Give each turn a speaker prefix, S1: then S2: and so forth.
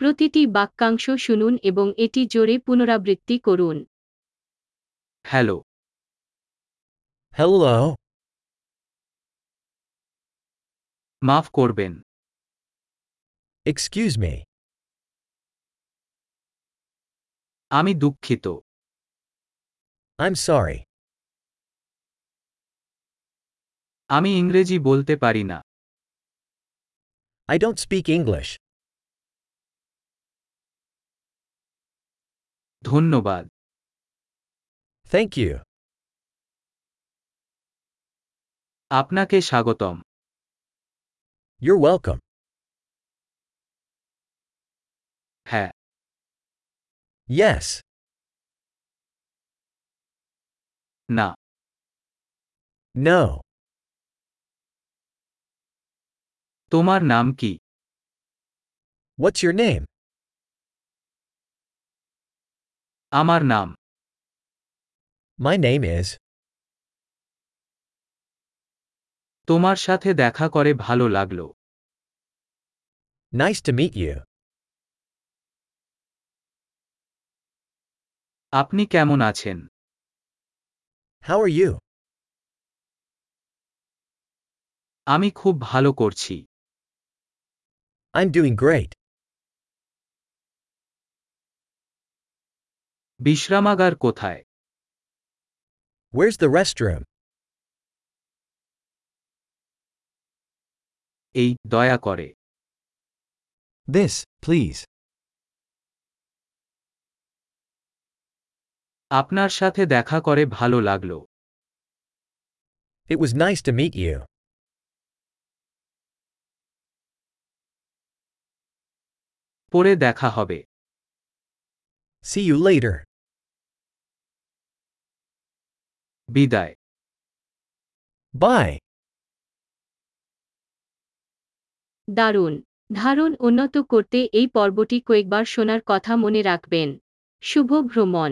S1: প্রতিটি বাক্যাংশ শুনুন এবং এটি জোরে পুনরাবৃত্তি করুন
S2: হ্যালো
S3: Hello.
S2: মাফ করবেন
S3: Excuse me.
S2: আমি দুঃখিত
S3: I'm sorry.
S2: আমি ইংরেজি বলতে পারি না
S3: I don't speak English.
S2: ধন্যবাদ
S3: Thank you.
S2: আপনাকে স্বাগতম
S3: You're welcome.
S2: হ্যাঁ
S3: Yes.
S2: না
S3: No.
S2: তোমার নাম কি
S3: What's your name?
S2: আমার নাম
S3: My name is.
S2: তোমার সাথে দেখা করে ভালো লাগলো
S3: Nice to meet you.
S2: আপনি কেমন আছেন
S3: How are you?
S2: আমি খুব ভালো করছি
S3: I'm doing great.
S2: বিশ্রামাগার কোথায়
S3: Where's the restroom?
S2: এই দয়া করে
S3: This, please.
S2: আপনার সাথে দেখা করে ভালো লাগলো
S3: It was nice to meet you.
S2: পরে দেখা হবে
S3: See you later.
S2: বিদায়
S3: Bye.
S1: দারুণ ধারণ উন্নত করতে এই পর্বটি কয়েকবার শোনার কথা মনে রাখবেন শুভ ভ্রমণ